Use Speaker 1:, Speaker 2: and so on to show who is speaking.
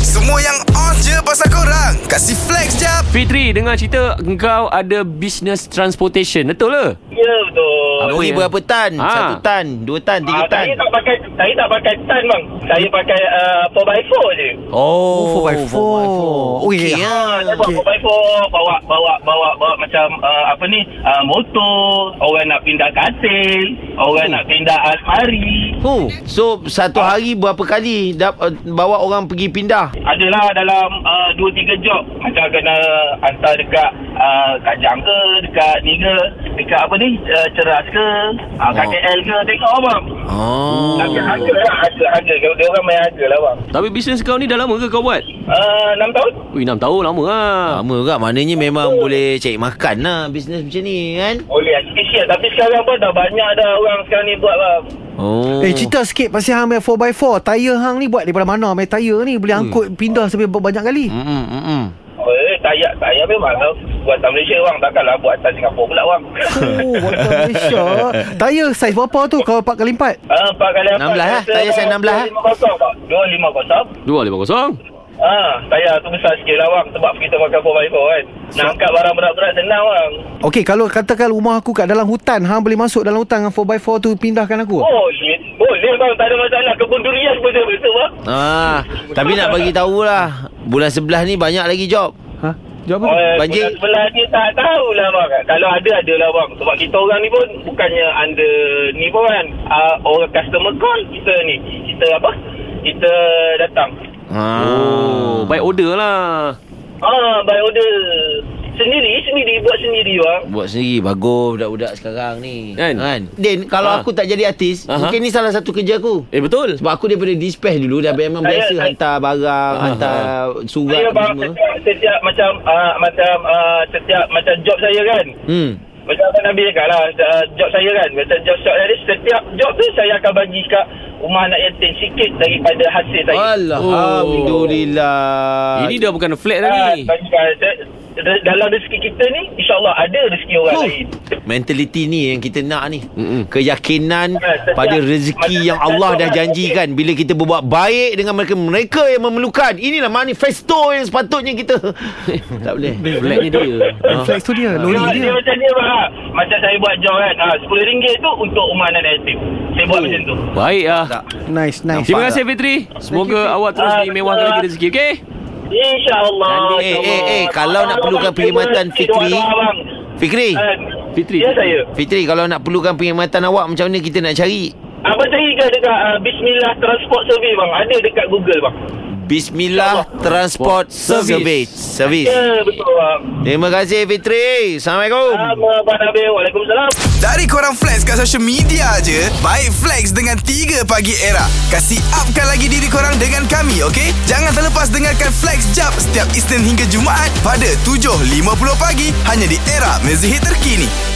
Speaker 1: Semua yang on je pasal korang Kasih flex jap
Speaker 2: Fitri, dengar cerita engkau ada business transportation. Betul ke?
Speaker 3: Ya betul.
Speaker 2: Apa
Speaker 4: Beri
Speaker 2: ya?
Speaker 4: berapa tan?
Speaker 2: Ha.
Speaker 4: Satu tan, dua tan, tiga
Speaker 3: Ah,
Speaker 4: tan.
Speaker 3: saya tak pakai saya tak pakai tan bang. Saya pakai uh, 4x4 je.
Speaker 4: Oh,
Speaker 2: 4x4.
Speaker 4: 4x4. Okey
Speaker 3: Ya,
Speaker 4: ya.
Speaker 3: saya bawa 4x4 bawa bawa bawa bawa macam uh, apa ni? Uh, motor, orang nak pindah katil, orang nak pindah almari.
Speaker 4: Oh, so satu hari berapa kali dap, uh, bawa orang pergi pindah?
Speaker 3: Adalah dalam uh, 2-3 job Macam kena hantar dekat uh, Kajang ke Dekat ni ke Dekat apa ni uh, Ceras ke uh, KKL ke Tengok bang
Speaker 4: Oh.
Speaker 3: Harga-harga lah Harga-harga Kalau dia orang main harga lah bang
Speaker 2: Tapi bisnes kau ni dah lama ke kau buat?
Speaker 3: uh, 6 tahun
Speaker 2: Ui, 6 tahun lama lah.
Speaker 4: Lama juga maknanya memang boleh cari makan lah bisnes macam ni kan.
Speaker 3: Boleh Asia Tapi sekarang pun dah banyak dah Orang sekarang ni buat bang
Speaker 4: Oh.
Speaker 5: Eh cerita sikit pasal hang main 4x4 Tayar hang ni buat daripada mana Main tayar ni
Speaker 2: Hmm.
Speaker 5: boleh angkut pindah sampai banyak kali
Speaker 4: Mm -mm, mm -mm.
Speaker 3: Eh, saya, saya memang lah buatan Malaysia orang Takkanlah buatan Singapura pula orang
Speaker 2: Hmm.
Speaker 5: Oh buatan Malaysia Tayar saiz berapa tu kalau 4x4
Speaker 3: uh, 4 kali apa
Speaker 4: 16, eh? Tayar saya 16, eh?
Speaker 3: 250 bang 250
Speaker 2: 250.
Speaker 3: Ah, tayar tu besar sikit lah bang Sebab kita makan 4x4 kan Nak angkat barang berat-berat senang bang
Speaker 5: Okey kalau katakan rumah aku kat dalam hutan Hang boleh masuk dalam hutan dengan 4x4 tu pindahkan aku
Speaker 3: Boleh Oh, Boleh bang tak ada masalah Kebun durian pun dia betul bang
Speaker 4: Ah, tapi nak bagi tahulah bulan sebelah ni banyak lagi job.
Speaker 5: Ha? Jawab apa?
Speaker 3: Oh,
Speaker 4: Banjir.
Speaker 3: Banjir Sebelah ni tak tahulah bang Kalau ada adalah bang Sebab kita orang ni pun Bukannya under Ni pun kan uh, Orang customer call kita ni Kita apa Kita datang
Speaker 4: Ah.
Speaker 2: Oh, by order lah.
Speaker 3: Ah, by order Sendiri Sendiri buat sendiri bang
Speaker 4: Buat sendiri Bagus budak-budak sekarang ni Ah.
Speaker 2: Kan?
Speaker 4: Din Kalau
Speaker 2: Ha.
Speaker 4: aku tak jadi artis
Speaker 2: Aha.
Speaker 4: Mungkin ni salah satu kerja aku
Speaker 2: Eh, betul.
Speaker 4: Sebab aku daripada dispatch dulu Dah memang
Speaker 3: Saya-
Speaker 4: biasa
Speaker 3: saya-
Speaker 4: Hantar barang
Speaker 2: Aha.
Speaker 4: Hantar surat
Speaker 3: Saya
Speaker 4: apa
Speaker 3: Ya, bang
Speaker 4: semua
Speaker 3: setiap, setiap macam uh, Macam uh, Setiap macam job saya kan
Speaker 4: Hmm
Speaker 3: Macam Abang Nabi cakap lah uh, Job saya kan Macam job-job tadi Setiap job tu Saya akan bagi kat Rumah anak yatim sikit Daripada hasil saya
Speaker 4: Alhamdulillah
Speaker 2: Ini dah bukan flat
Speaker 3: Ah,
Speaker 2: tadi.
Speaker 3: bagi kat- de- de- Dalam rezeki kita ni InsyaAllah ada rezeki orang
Speaker 4: Huh.
Speaker 3: lain
Speaker 4: Mentaliti ni yang kita nak ni
Speaker 2: Mm-mm.
Speaker 4: Keyakinan
Speaker 3: Ah, setiap-
Speaker 4: pada rezeki
Speaker 3: macam-
Speaker 4: yang Allah dah
Speaker 3: macam-
Speaker 4: janjikan Bila kita berbuat baik dengan mereka Mereka yang memerlukan Inilah manifesto yang sepatutnya kita Tak boleh
Speaker 2: Flatnya dia. Ah.
Speaker 5: Flex tu dia
Speaker 4: Oh,
Speaker 3: dia,
Speaker 5: Lori
Speaker 3: dia
Speaker 5: dia
Speaker 3: macam dia bang ah. Macam saya buat job kan ah, RM10 tu Untuk rumah anak yatim Saya
Speaker 4: Oh.
Speaker 3: buat macam tu
Speaker 2: Baik lah.
Speaker 4: Tak.
Speaker 5: Nice nice
Speaker 2: Terima
Speaker 4: Nampak
Speaker 2: kasih Fitri. Semoga awak terus
Speaker 3: Ah,
Speaker 2: dimewahkan lagi rezeki, okey?
Speaker 3: InsyaAllah
Speaker 4: Dan- eh,
Speaker 3: insyaAllah.
Speaker 4: eh, eh, kalau nak perlukan
Speaker 3: Abang,
Speaker 4: perkhidmatan
Speaker 3: saya
Speaker 4: Fitri-
Speaker 3: doa-doa, abang.
Speaker 4: Fikri
Speaker 3: Ah,
Speaker 2: Fitri,
Speaker 3: Ya
Speaker 2: Fitri.
Speaker 3: saya
Speaker 4: Fitri kalau nak perlukan perkhidmatan awak Macam mana kita nak cari
Speaker 3: Abang cari ke dekat ah, Bismillah Transport Survey bang Ada dekat Google bang
Speaker 4: Bismillah Transport Service Service
Speaker 3: Ya betul bang
Speaker 4: Terima kasih Fitri Assalamualaikum
Speaker 3: Sama Abang Nabil Waalaikumsalam
Speaker 1: Dari korang flex kat social media je Baik flex dengan 3 pagi era Kasih upkan lagi diri korang dengan kami okay? Jangan terlepas dengarkan flex jap Setiap Isnin hingga Jumaat Pada 7.50 pagi Hanya di era mezihit terkini